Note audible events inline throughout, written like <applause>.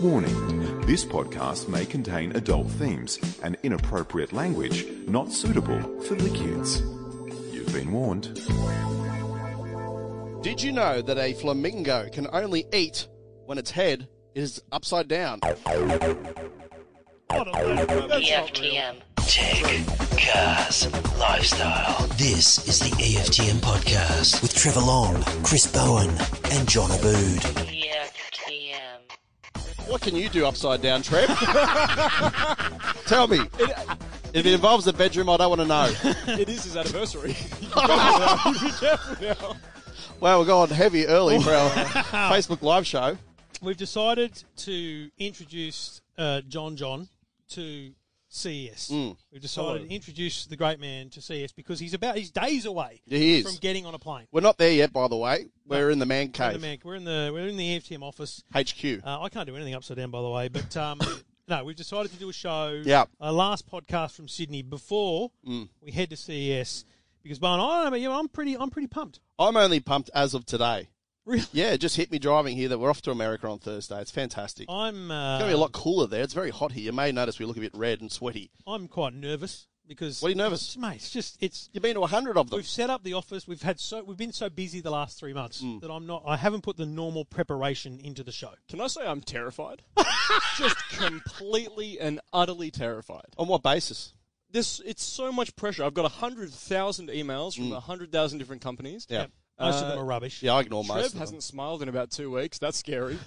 Warning This podcast may contain adult themes and inappropriate language not suitable for the kids. You've been warned. Did you know that a flamingo can only eat when its head is upside down? EFTM. Tech, cars, lifestyle. This is the EFTM podcast with Trevor Long, Chris Bowen, and John Abood. EFTM. What can you do upside down, Trev? <laughs> Tell me. uh, if it involves the bedroom, I don't want to know. It is his anniversary. Wow, we're going heavy early for <laughs> our Facebook live show. <laughs> We've decided to introduce uh, John John to CES. Mm. We've decided to introduce the great man to CES because he's about he's days away He is. from getting on a plane. We're not there yet, by the way. We're in the man We're in the cave, man- we're in the we're in the FTM office. HQ. Uh, I can't do anything upside down, by the way. But <laughs> um, no, we've decided to do a show. Yep. Mm. Our last podcast from Sydney before we head to CES because, Bowen, I don't know, you know, I'm pretty I'm pretty pumped. I'm only pumped as of today. <laughs> Really, Yeah, it just hit me driving here that we're off to America on Thursday. It's fantastic. It's I'm. Uh, going to be a lot cooler there. It's very hot here. You may notice we look a bit red and sweaty. I'm quite nervous because. What are you nervous? Mate, it's just it's You've been to a 100 of them. We've set up the office. We've had so we've been so busy the last three months that I'm not. I haven't put the normal preparation into the show. Can I say <laughs> I'm terrified? Just completely and utterly terrified. On what basis? This it's so much pressure. I've got hundred thousand emails from hundred thousand different companies. Mm. Yeah. Most of Uh, them are rubbish. Yeah, I ignore most Trev of them. hasn't smiled in about two weeks. That's <laughs> scary.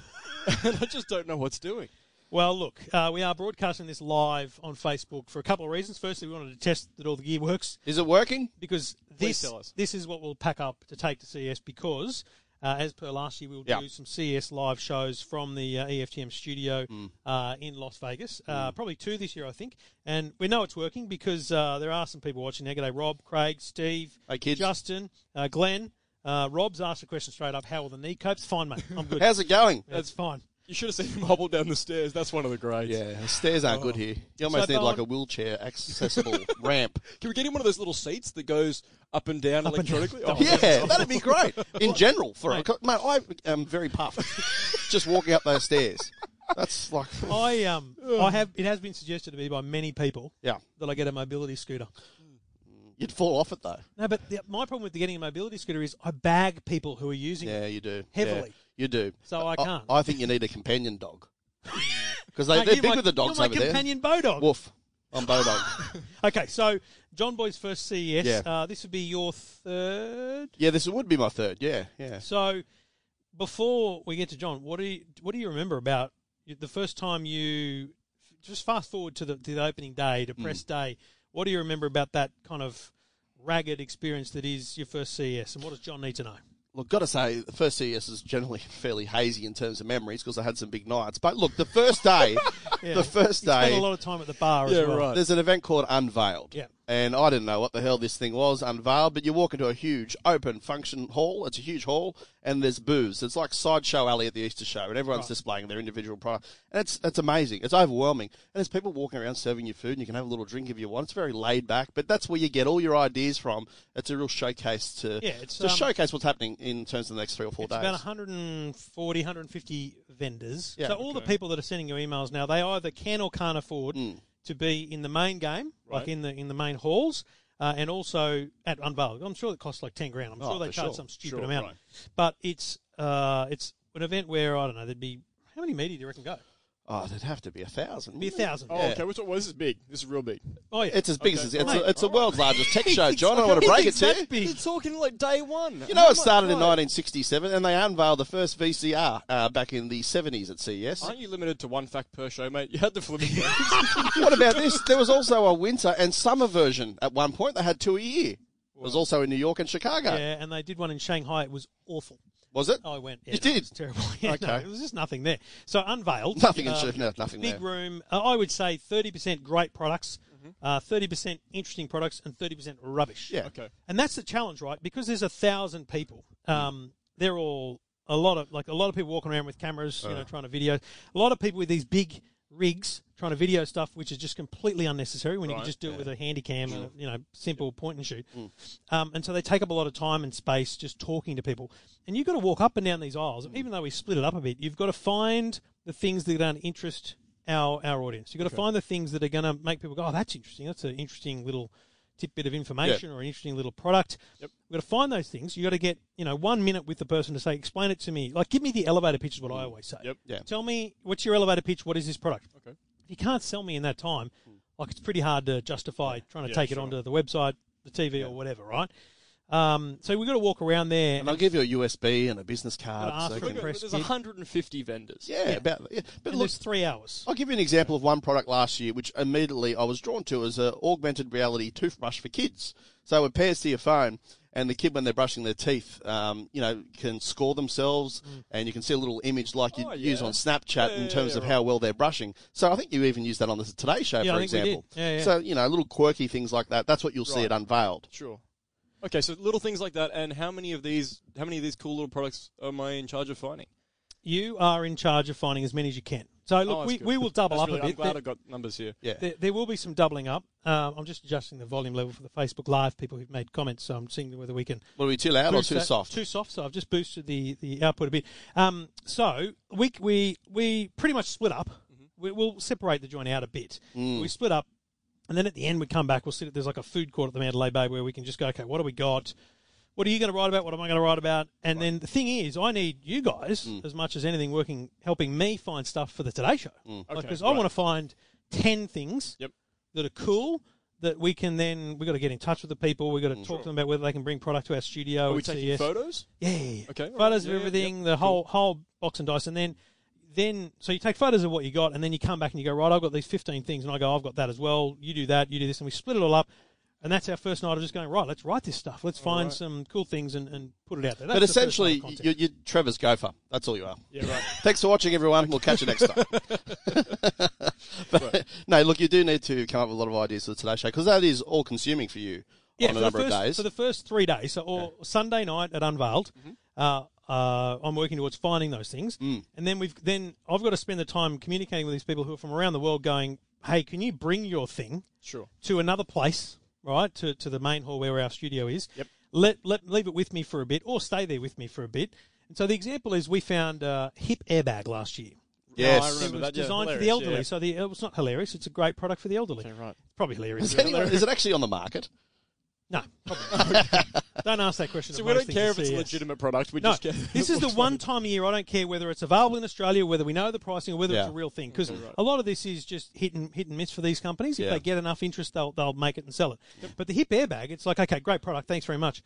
and I just don't know what's doing. Well, look, uh, we are broadcasting this live on Facebook for a couple of reasons. Firstly, we wanted to test that all the gear works Is it working? because this tell us. this is what we'll pack up to take to CES because. Uh, as per last year, we'll Yeah. do some CES live shows from the uh, EFTM studio uh, in Las Vegas. Uh, Probably two this year, I think. And we know it's working because uh, there are some people watching there. G'day, Rob, Craig, Steve, Hey, kids. Justin, uh, Glenn. Uh, Rob's asked a question straight up. How are the knee copes? Fine, mate. <laughs> I'm good. How's it going? That's fine. You should have seen him hobble down the stairs. That's one of the grades. Yeah, stairs aren't Oh. good here. You almost So, need like a Bowen- wheelchair accessible <laughs> ramp. Can we get him one of those little seats that goes up and <laughs> down electronically? Oh, Yeah, that'd be great. In general, for a, mate, I am very <laughs> puffed just walking up those stairs. That's like, I um I have it has been suggested to me by many people yeah, that I get a mobility scooter. you'd fall off it though. No, but the, my problem with getting a mobility scooter is I bag people who are using it. Yeah, you do Heavily. Yeah, you do. So I can't. I, think you need a companion dog <laughs> because they, Mate, they're you're big my- with the dogs you're my over companion bow there. dog. Woof, I'm Bodog. Okay, so John Boy's first CES. Yeah. Uh, this would be your third. yeah, this would be my third. Yeah, yeah. So before we get to John, what do you what do you remember about the first time you just fast forward to the to the opening day Hmm. to press day? What do you remember about that kind of ragged experience that is your first CES, and what does John need to know? Look, got to say, the first CES is generally <laughs> fairly hazy in terms of memories because I had some big nights. But look, the first day, the first Spent a day, lot of time at the bar Yeah, as well. right. there's an event called Unveiled. Yeah. And I didn't know what the hell this thing was, Unveiled, but you walk into a huge open function hall. It's a huge hall, and there's booths. It's like Sideshow Alley at the Easter Show, and everyone's displaying their individual product. And it's, it's amazing. It's overwhelming. And there's people walking around serving you food, and you can have a little drink if you want. It's very laid back, but that's where you get all your ideas from. It's a real showcase to, Yeah, it's, to um, showcase what's happening in terms of the next three or four It's days. about 140, 150 vendors. Yeah. so all the people that are sending you emails now, they either can or can't afford Hmm. to be in the main game, like in the in the main halls, uh, and also at Unveiled. I'm sure it costs like ten grand. I'm sure they Oh, for charge sure. some stupid amount, but it's uh, it's an event where I don't know. There'd be how many media do you reckon go? Oh, there'd have to be a thousand. Be a thousand. Oh, okay. What's, well, this is big. This is real big. Oh yeah, It's as big Okay. as it's, Mate, a, it's the world's largest <laughs> tech show, John. I want to break it to you. You're talking like day one. You know, it started in 1967, and they unveiled the first VCR uh, back in the 70s at E CES. Aren't you limited to one fact per show, mate? You had <laughs> the flamingo. <laughs> what about this? There was also a winter and summer version at one point. They had two a year. It was also in New York and Chicago. yeah, and they did one in Shanghai. It was awful. Was it? I went. Yeah, You no, did? It was terrible. <laughs> Yeah, no, Okay. it was just nothing there. So unveiled. Nothing in uh, Chef- no, nothing Big there. Mm-hmm. room. Uh, I would say thirty percent great products, uh, thirty percent interesting products, and thirty percent rubbish. Yeah. Okay. Mm. And that's the challenge, right? Because there's a thousand people. Um, they're Uh. all a lot of like a lot of people walking around with cameras, you know, trying to video. A lot of people with these big rigs trying to video stuff, which is just completely unnecessary when you Right, can just do yeah. Mm. it with a handy cam and a, you know simple point and shoot. Um, and so they take up a lot of time and space just talking to people. And you've got to walk up and down these aisles, Mm. even though we split it up a bit. You've got to find the things that are going to interest our our audience. You've got to find the things that are going to make people go, "Oh, that's interesting. That's an interesting little." tidbit of information or an interesting little product. Yep. We've got to find those things. You've got to get, you know, one minute with the person to say, explain it to me. Like, give me the elevator pitch is what I always say. Mm. Yep. Yeah. Tell me, what's your elevator pitch? What is this product? Okay. If you can't sell me in that time, Mm. like, it's pretty hard to justify trying to take it onto the website, the TV, or whatever, right? Um, so we've got to walk around there. And I'll give you a USB and a business card. Gotta ask so for you a can- credit. There's Press kit. 150 vendors. yeah, about yeah. But and look, there's three hours. I'll give you an example of one product last year, which immediately I was drawn to as an augmented reality toothbrush for kids. So it pairs to your phone, and the kid, when they're brushing their teeth, um, you know, can score themselves, Mm. and you can see a little image like you Oh, use yeah. on Snapchat in terms of how well they're brushing. So I think you even used that on the Today Show, Yeah, I for think we did. example. Yeah, yeah. So you know, little quirky things like that. That's what you'll see Right. it unveiled. Sure. Okay, so little things like that, and how many of these, how many of these cool little products am I in charge of finding? You are in charge of finding as many as you can. So, look, Oh, that's we, good. we will double That's up really- a bit. I'm glad There- I got numbers here. Yeah. There, there will be some doubling up. Um, I'm just adjusting the volume level for the Facebook Live people who've made comments, so I'm seeing whether we can What are we too loud or boost too that- soft? Too soft. So I've just boosted the, the output a bit. Um, so we we we pretty much split up. Mm-hmm. We, we'll separate the joint out a bit. Mm. We split up, and then at the end we come back. We'll sit. at- There's like a food court at the Mandalay Bay where we can just go. Okay, what do we got? What are you going to write about? What am I going to write about? And then the thing is, I need you guys Mm. as much as anything working, helping me find stuff for the Today Show. Because I want to find ten things Mm. Yep. that are cool that we can then we've got to get in touch with the people. We've got to talk to them about whether they can bring product to our studio. Mm. Are we at taking CES. photos? Yeah, yeah, yeah. Okay, all right. Photos Yeah, of yeah, everything, yep. the whole whole box and dice, and then then so you take photos of what you got, and then you come back and you go right. I've got these fifteen things, and I go I've got that as well. You do that, you do this, and we split it all up. And that's our first night of just going right. Let's write this stuff. Let's find some cool things and, and put it out there. That's but the first night of essentially, content. you, you're Trevor's gopher. That's all you are. Yeah, right. Thanks for watching, everyone. We'll catch you next time. <laughs> <laughs> But, No, look, you do need to come up with a lot of ideas for the Today Show because that is all consuming for you on a for the number first, of days. For the first three days, so or Sunday night at Unveiled, uh, uh, I'm working towards finding those things, and then we've then I've got to spend the time communicating with these people who are from around the world, going, "Hey, can you bring your thing Sure. to another place, right? To to the main hall where our studio is. Yep. Let let leave it with me for a bit, or stay there with me for a bit." And so the example is we found uh, hip airbag last year. yes. I remember It was that, yeah, designed for the hilarious, elderly, yeah. so the, it was not hilarious. It's a great product for the elderly. right. Probably hilarious. Is, anyone- is it actually on the market? No, probably. don't ask that question. So of we most don't things care at if it's a CES. legitimate product. We No, just care. this is the one time a year I don't care whether it's available in Australia, whether we know the pricing, or whether it's Yeah. a real thing. Because a lot of this is just hit and hit and miss for these companies. If Yeah. they get enough interest, they'll they'll make it and sell it. But the hip airbag, it's like okay, great product, thanks very much.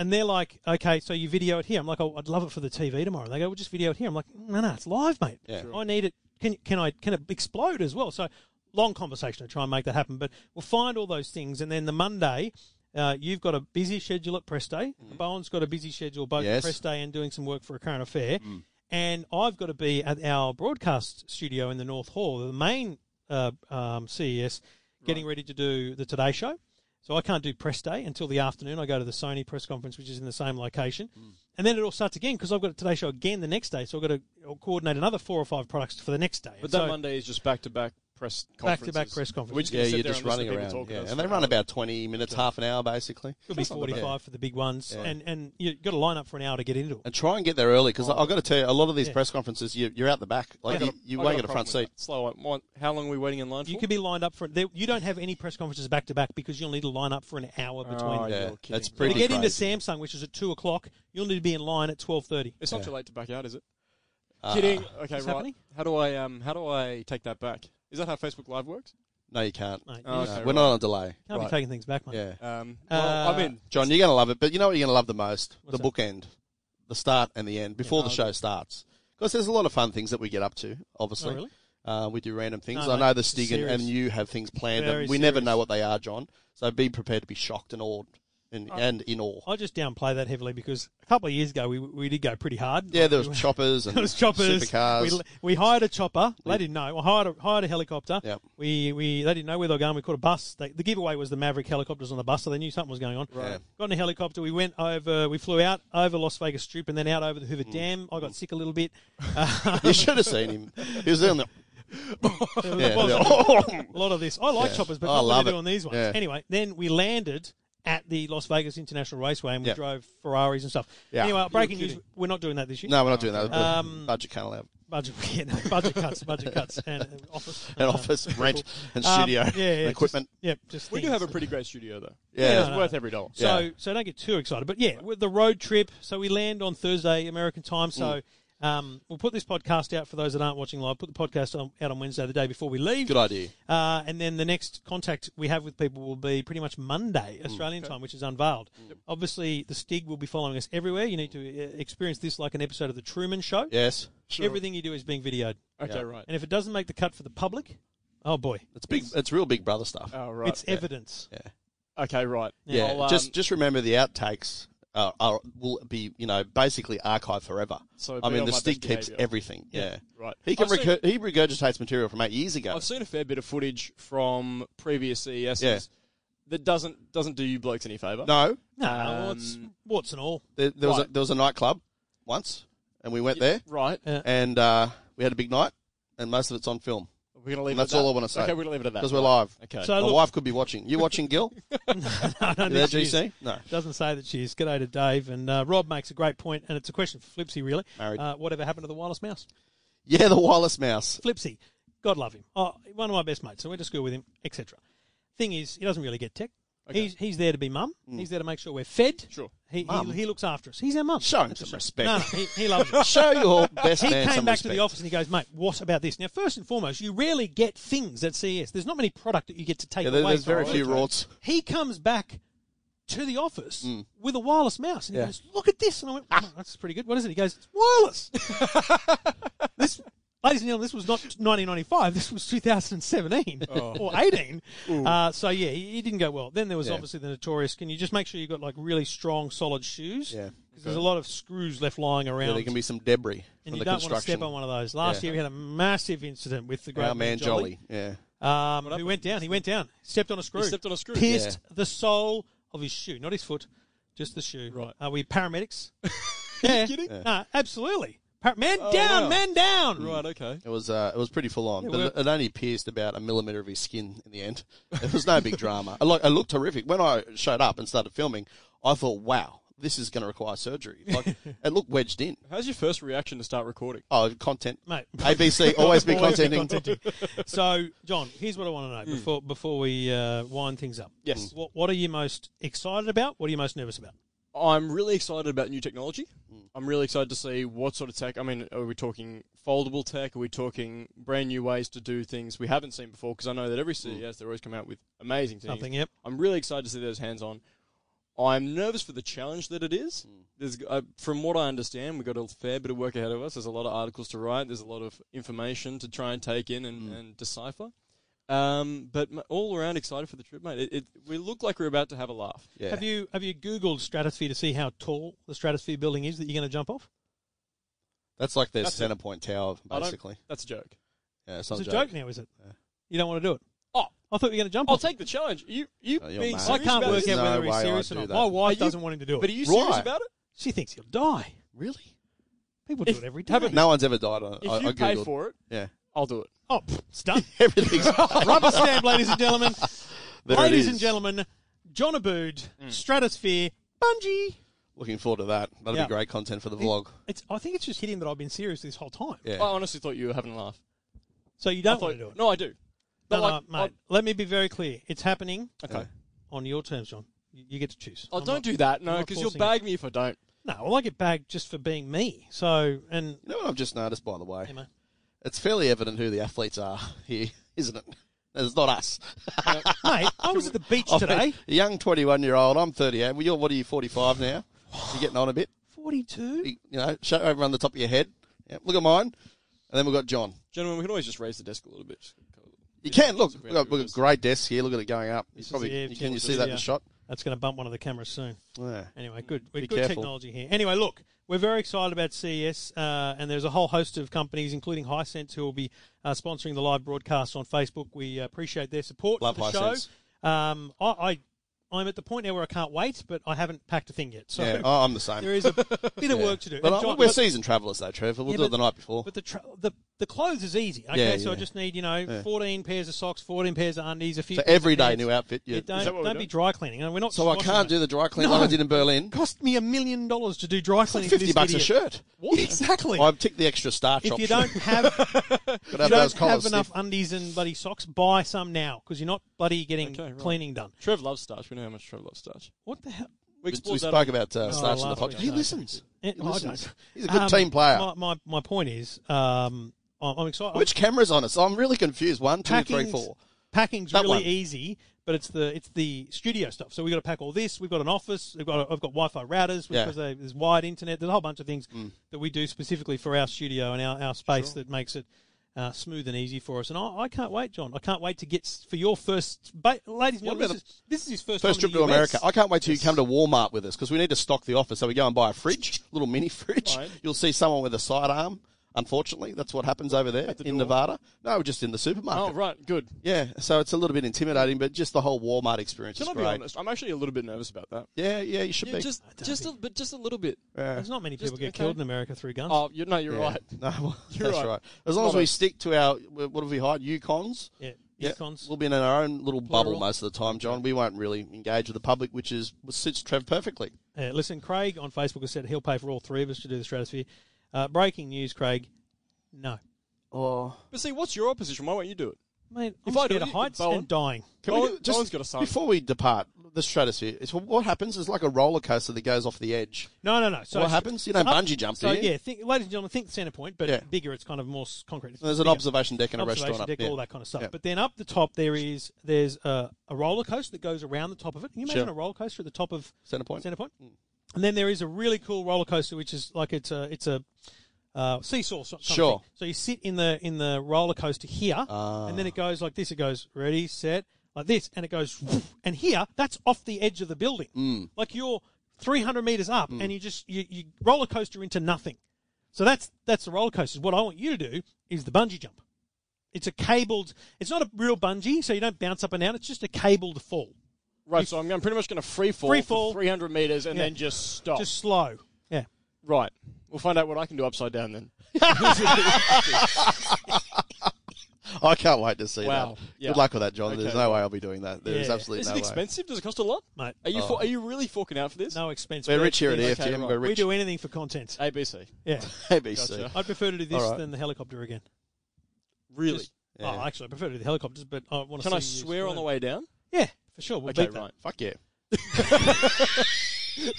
And they're like, okay, so you video it here. I'm like, oh, I'd love it for the TV tomorrow. And they go, well, just video it here. I'm like, no, no, it's live, mate. Yeah. I need it. Can can I can it explode as well? So long conversation to try and make that happen. But we'll find all those things, and then the Monday. Uh, you've got a busy schedule at Press Day. Mm-hmm. Bowen's got a busy schedule both Yes. Mm. at Press Day and doing some work for a current affair. And I've got to be at our broadcast studio in the North Hall, the main uh, um, CES, getting ready to do the Today Show. So I can't do press day until the afternoon. I go to the Sony press conference, which is in the same location, Mm. and then it all starts again because I've got a Today Show again the next day. So I've got to uh, coordinate another four or five products for the next day. But so that Monday is just back to back press Back conferences. to back press conferences. We're just Yeah, gonna sit you're there just and listen running to people around. talk to Yeah. us And they for run hours. about 20 minutes, half an hour, basically. could be forty-five Yeah. for the big ones, Yeah. and and you've got to line up for an hour to get into it. And try and get there early because I've got to tell you, a lot of these Yeah. press conferences, you, you're out the back. Like, you, you I won't got get a problem front seat. with that. Slow. I want- How long are we waiting in line for? You could be lined up for there, you don't have any press conferences back to back because you'll need to line up for an hour between. Oh, them. You're Yeah, kidding. that's To To pretty get into crazy. Samsung, which is at two o'clock, you'll need to be in line at twelve thirty. It's not too late to back out, is it? Uh, Kidding. Okay, right. happening? How do I um? How do I take that back? Is that how Facebook Live works? No, you can't. Mate, Oh, you okay, We're right. not on delay. can't Right. be taking things back, mate. Yeah. Um, well, Uh, I mean, John, you're going to love it, but you know what you're going to love the most? What's the that? bookend, the start and the end before the show starts. Because there's a lot of fun things that we get up to. Obviously, Oh, really? uh, we do random things. No, I mate, know the it's Stig and, and serious. you have things planned, and Very we never serious. know what they are, John. So be prepared to be shocked and awed, Oh. and, and in awe. I just downplay that heavily because a couple of years ago we we did go pretty hard. yeah, there was choppers and <laughs> It was choppers. supercars. We, we hired a chopper. They didn't know. We hired a, hired a helicopter. Yep. We we they didn't know where they were going. We caught a bus. They, the giveaway was the Maverick helicopters on the bus, so they knew something was going on. Right. Got in a helicopter. We went over. We flew out over Las Vegas Strip Hmm. <laughs> and then out over the Hoover Dam. I got sick a little bit. <laughs> you should have seen him. He was there on the Yeah, wasn't yeah. a lot of this. I like Yeah. choppers, but I not what love they it. do on these ones. Yeah. Anyway, then we landed at the Las Vegas International Raceway and we Yeah. drove Ferraris and stuff. Yeah. Anyway, breaking news: kidding. we're not doing that this <laughs> year. no, we're not doing that. Um, budget can't allow. budget, <laughs> yeah, no, budget cuts, budget <laughs> cuts, and uh, office, An uh, office, rent, and um, studio, yeah, yeah, and just- equipment. yeah, just We do things. have a pretty great studio, though. yeah, no, It's no. worth every dollar. So Yeah. so don't get too excited. But yeah, with the road trip. So we land on Thursday American time. So Mm. um, we'll put this podcast out for those that aren't watching live. Put the podcast on, out on Wednesday, the day before we leave. good idea. Uh, and then the next contact we have with people will be pretty much Monday Australian time, which is unveiled. Obviously, the Stig will be following us everywhere. You need to uh, experience this like an episode of the Truman Show. Yes, Everything you do is being videoed, Okay, right. and if it doesn't make the cut for the public, oh boy, it's big. It's real Big Brother stuff. Oh, right. it's evidence. okay, right. yeah, I'll, um, just just remember the outtakes. Uh, are, will be you know basically archived forever. So I be mean on the my stick best keeps behaviour. everything. Yeah, right. He can I've seen- recur- he regurgitates material from eight years ago. I've seen a fair bit of footage from previous CESs Yeah. that doesn't doesn't do you blokes any favour. no, No, well, it's Um, warts and all. <laughs> there, there was a, Right. there was a nightclub once, and we went there, Right. Yeah. and uh, we had a big night, and most of it's on film We're gonna leave. That's it at all that. I wanna say. Okay, we're gonna leave it at that. because we're live. Okay. So My look, wife could be watching. You watching, <laughs> Gil? I don't You think there, she is. GC? No. Doesn't say that she is. G'day to Dave and uh, Rob makes a great point, and it's a question for Flipsy really. Married. Uh, whatever happened to the wireless mouse? Yeah, the wireless mouse. Flipsy, God love him. Oh, one of my best mates. I went to school with him, etc. Thing is, he doesn't really get tech. He's he's there to be mum. He's there to make sure we're fed. Sure. He, Mm. Mum. he, he looks after us. He's our mum. Show him some respect. No, no, he, <laughs> he loves us. Show your <laughs> best He man came some back to respect. the office and he goes, mate, what about this? Now, first and foremost, you rarely get things at CES. There's not many product that you get to take Yeah, there- away. there's very from. few rorts. He comes back to the office Mm. with a wireless mouse and he goes, look at this. And I went, Ah. "Oh, that's pretty good. What is it? He goes, it's <laughs> wireless. this, ladies and gentlemen, this was not 1995. This was 2017 or 18. Uh, so, yeah, he, he didn't go well. Then there was Oh. Yeah. obviously the notorious, can you just make sure you've got like really strong, solid shoes? Yeah. 'Cause there's a lot of screws left lying around Yeah, there can be some debris from and you the don't want to construction. step on one of those. Last Yeah. year we had a massive incident with the great Our man Jolly. Yeah. um, who went down. He went down, stepped on a screw, He stepped on a screw. pierced the sole of his shoe, not his foot, just the shoe. Right. Are we <laughs> paramedics? <laughs> yeah. kidding? Oh, Nah, absolutely. Par- man down, wow. man down. Right. Okay. It was uh, it was pretty full on. It but worked. it only pierced about a millimeter of his skin in the end. It was no big drama. It, look, it looked terrific. When I showed up and started filming, I thought, wow, this is going to require surgery. Like, it looked wedged in. How's your first reaction to start recording? Oh, content. Mate. ABC, always be contenting. <laughs> so, John, here's what I want to know before before we uh, wind things up. Hmm. Yes. Hmm. What, what are you most excited about? What are you most nervous about? I'm really excited about new technology. I'm really excited to see what sort of tech. I mean, are we talking foldable tech? Are we talking brand new ways to do things we haven't seen before? Because I know that every E CES they always come out with amazing things. Something, yep. I'm really excited to see those hands on. I'm nervous for the challenge that it is. There's, uh, from what I understand, we've got a fair bit of work ahead of us. There's a lot of articles to write. There's a lot of information to try and take in and, and decipher. Um, but m- all around excited for the trip, mate. It, it, we look like we're about to have a laugh. Yeah. Have you have you Googled Stratosphere to see how tall the Stratosphere building is that you're going to jump off? That's like their That's it. Centrepoint Tower, I don't- basically. that's a joke. Yeah, it's not It's a a joke. joke now, is it? You don't want to do it. Oh, I thought you were going to jump. I'll off. take the challenge. You, you Oh, you're being mad. I serious can't about work out this? No whether he's way serious or I'd not. do My that. wife Are you- doesn't want him to do it. But are you serious Right. about it? she thinks he'll die. Really? People do If- it every day. have it- No one's ever died on it. If I, you I pay Googled. for it, Yeah. I'll do it. oh, pff, it's done. <laughs> <laughs> Everything's. Rubber stamp, ladies and gentlemen. <laughs> There it ladies is. and gentlemen, John Abood, Stratosphere, Bungee. Looking forward to that. That'll Yeah. be great content for the vlog. It's, I think it's just hitting that I've been serious this whole time. Yeah. I honestly thought you were having a laugh. So you I don't thought, want to do it. No, I do. No, But no, like, mate. let me be very clear. It's happening I, okay. on your terms, John. You, you get to choose. Oh, I'm don't not- do that. No, I'm not because you'll forcing bag me if I don't. No, well, I get bagged just for being me. So, and You know what I've just noticed, by the way? Hey, mate. It's fairly evident who the athletes are here, <laughs> isn't it? It's not us. mate, I was at the <laughs> beach I mean, today. a young 21 year old, I'm 38. Well, you're, what are you, 45 now? You're getting on a bit. Forty-two. You know, show over on the top of your head. Yeah, look at mine. And then we've got John. Gentlemen, we can always just raise the desk a little bit. Just cover it. You can look. it's We've got, we've got great desk here. Look at it going up. You is probably, the uh, air you, can you channel, see that in yeah. the shot? That's going to bump one of the cameras soon. Yeah. Anyway, good. We're Be good careful. technology here. Anyway, look, we're very excited about CES, uh, and there's a whole host of companies, including Hisense, who will be uh, sponsoring the live broadcast on Facebook. We uh, appreciate their support Love for the Hisense. show. Um, I, I, I'm at the point now where I can't wait, but I haven't packed a thing yet. So <laughs> yeah. Oh, I'm the same. there is a bit of work to do. But And I- John- we're season travellers, though, Trevor. We'll Yeah, do it but- the night before. But the, tra- the the clothes is easy. Okay, Yeah, so I yeah. just need you know fourteen pairs of socks, fourteen pairs of undies, a few. So pairs of every day, pants. new outfit. Yeah, Yeah. don't Is that what we're don't be doing? dry cleaning. And we're not. so I swashing can't it. do the dry clean like I did in Berlin. Cost me a million dollars to do dry cleaning. for Fifty this bucks idiot. a shirt. What? Exactly. I've ticked the extra starch if option. you don't <laughs> have, Gotta you have don't those have collars, Steve. enough undies and bloody socks, buy some now because you're not bloody getting Okay, right. cleaning done. Trev loves starch. We know how much Trev loves starch. What the hell? We We, we explored that. spoke about Oh, uh, starch in the last podcast. week, He okay. listens. Eh, He I listens. don't- He's a good Um, team player. My, my, my point is, um, I'm, I'm excited. Which camera's on us? I'm really confused. One, two, packing's, three, four. Packing's That really one. easy, but it's the it's the studio stuff. So we got to pack all this. We've got an office. We've got I've got Wi-Fi routers Yeah. Mm. because they, there's wired internet. There's a whole bunch of things that we do specifically for our studio and our, our space that makes it. Uh, smooth and easy for us, and I, I can't wait, John. I can't wait to get s- for your first, ba- ladies and What gentlemen. about This, is, this is his first First time trip in to the US. America. I can't wait till you come to Walmart with us because we need to stock the office. So we go and buy a <laughs> fridge, little mini fridge. Right. You'll see someone with a sidearm. Unfortunately, that's what happens over there the in door. Nevada. No, just in the supermarket. Oh, right. Good. Yeah, so it's a little bit intimidating, but just the whole Walmart experience Can is I be great. honest? I'm actually a little bit nervous about that. Yeah, yeah, you should Yeah, be. just, don't just, a, but just a little bit. There's not many Just- people get okay. killed in America through guns. Oh, you, no, you're Yeah. right. <laughs> No, well, that's <laughs> You're right. right. As long as Not we us. stick to our what have we hired? Yukons. yeah, Yeah, Econs. We'll be in our own little bubble Plural. most of the time, John. We won't really engage with the public, which is which suits Trev perfectly. Uh, listen, Craig on Facebook has said he'll pay for all three of us to do the stratosphere. Uh, breaking news, Craig. No. Oh, But see, what's your opposition? Why won't you do it? Mate, I'm If I do scared it, of heights Bowen- and dying. Can we we, do- no one's got a son. Before we depart, the stratosphere. It's what happens is like a roller coaster that goes off the edge. No, no, no. So what happens? You so don't up- bungee jump, So, do you? yeah, think, ladies and gentlemen, think center point, but Yeah. bigger, it's kind of more s- concrete. It's There's an bigger. observation deck and a Observation restaurant deck, up. yeah. all that kind of stuff. Yeah. But then up the top, there is there's a, a roller coaster that goes around the top of it. Can you imagine Sure. a roller coaster at the top of Centre point. Center point. And then there is a really cool roller coaster, which is like it's a it's a uh, seesaw. Sort of thing. Sure. So you sit in the in the roller coaster here, and then it goes like this. It goes ready, set, like this, and it goes. <laughs> And here, that's off the edge of the building. Like you're 300 meters up, and you just you, you roller coaster into nothing. So that's that's the roller coaster. What I want you to do is the bungee jump. It's a cabled. It's not a real bungee, so you don't bounce up and down. It's just a cabled fall. Right, so I'm, I'm pretty much going to free fall, Free for fall. 300 meters and Yeah. then just stop. Just slow. Yeah. Right. We'll find out what I can do upside down then. I can't wait to see Wow. that. Yeah. Good luck with that, John. There's Okay. no way I'll be doing that. There's Yeah. absolutely Is no it way. expensive? Does it cost a lot? Mate. Are you for, are you really forking out for this? No expense. We're rich here at E Yeah. AFTM. Okay, right. We're We rich. do anything <laughs> for content. ABC. Yeah, ABC. Gotcha. I'd prefer to do this All right. than the helicopter again. Really? Just- Oh, actually, I prefer to do the helicopters, but I want to. can I swear on the way down? Yeah, for sure. We'll Okay, beat that. right. Fuck yeah.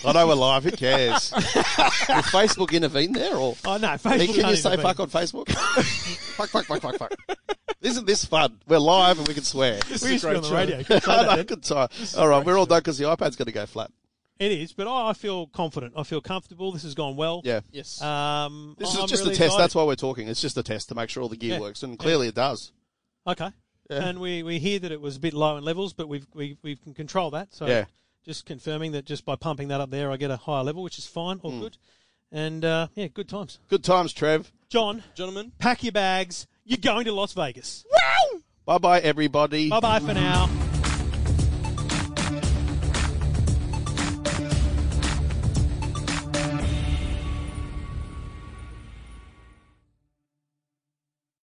I know we're live. Who <laughs> cares? Will Facebook intervene there, or Oh no, Hey, Facebook. can you can't say intervene. fuck on Facebook? <laughs> fuck, fuck, fuck, fuck, fuck. Isn't this fun? We're live and we can swear. We used to be on <laughs> the radio. I Can't say that know, then. good time. All right, we're all done because the iPad's going to go flat. It is, but I I feel confident. I feel comfortable. This has gone well. Yeah. Yes. Um, This I- is I'm just really a test. excited. That's why we're talking. It's just a test to make sure all the gear Yeah. works, and clearly it does. Okay. And we, we hear that it was a bit low in levels, but we've we we can control that. So Yeah. just confirming that just by pumping that up there, I get a higher level, which is fine, all good. And uh, yeah, good times. Good times, Trev. John, Gentlemen, pack your bags. You're going to Las Vegas. Bye bye, everybody. Bye bye for now.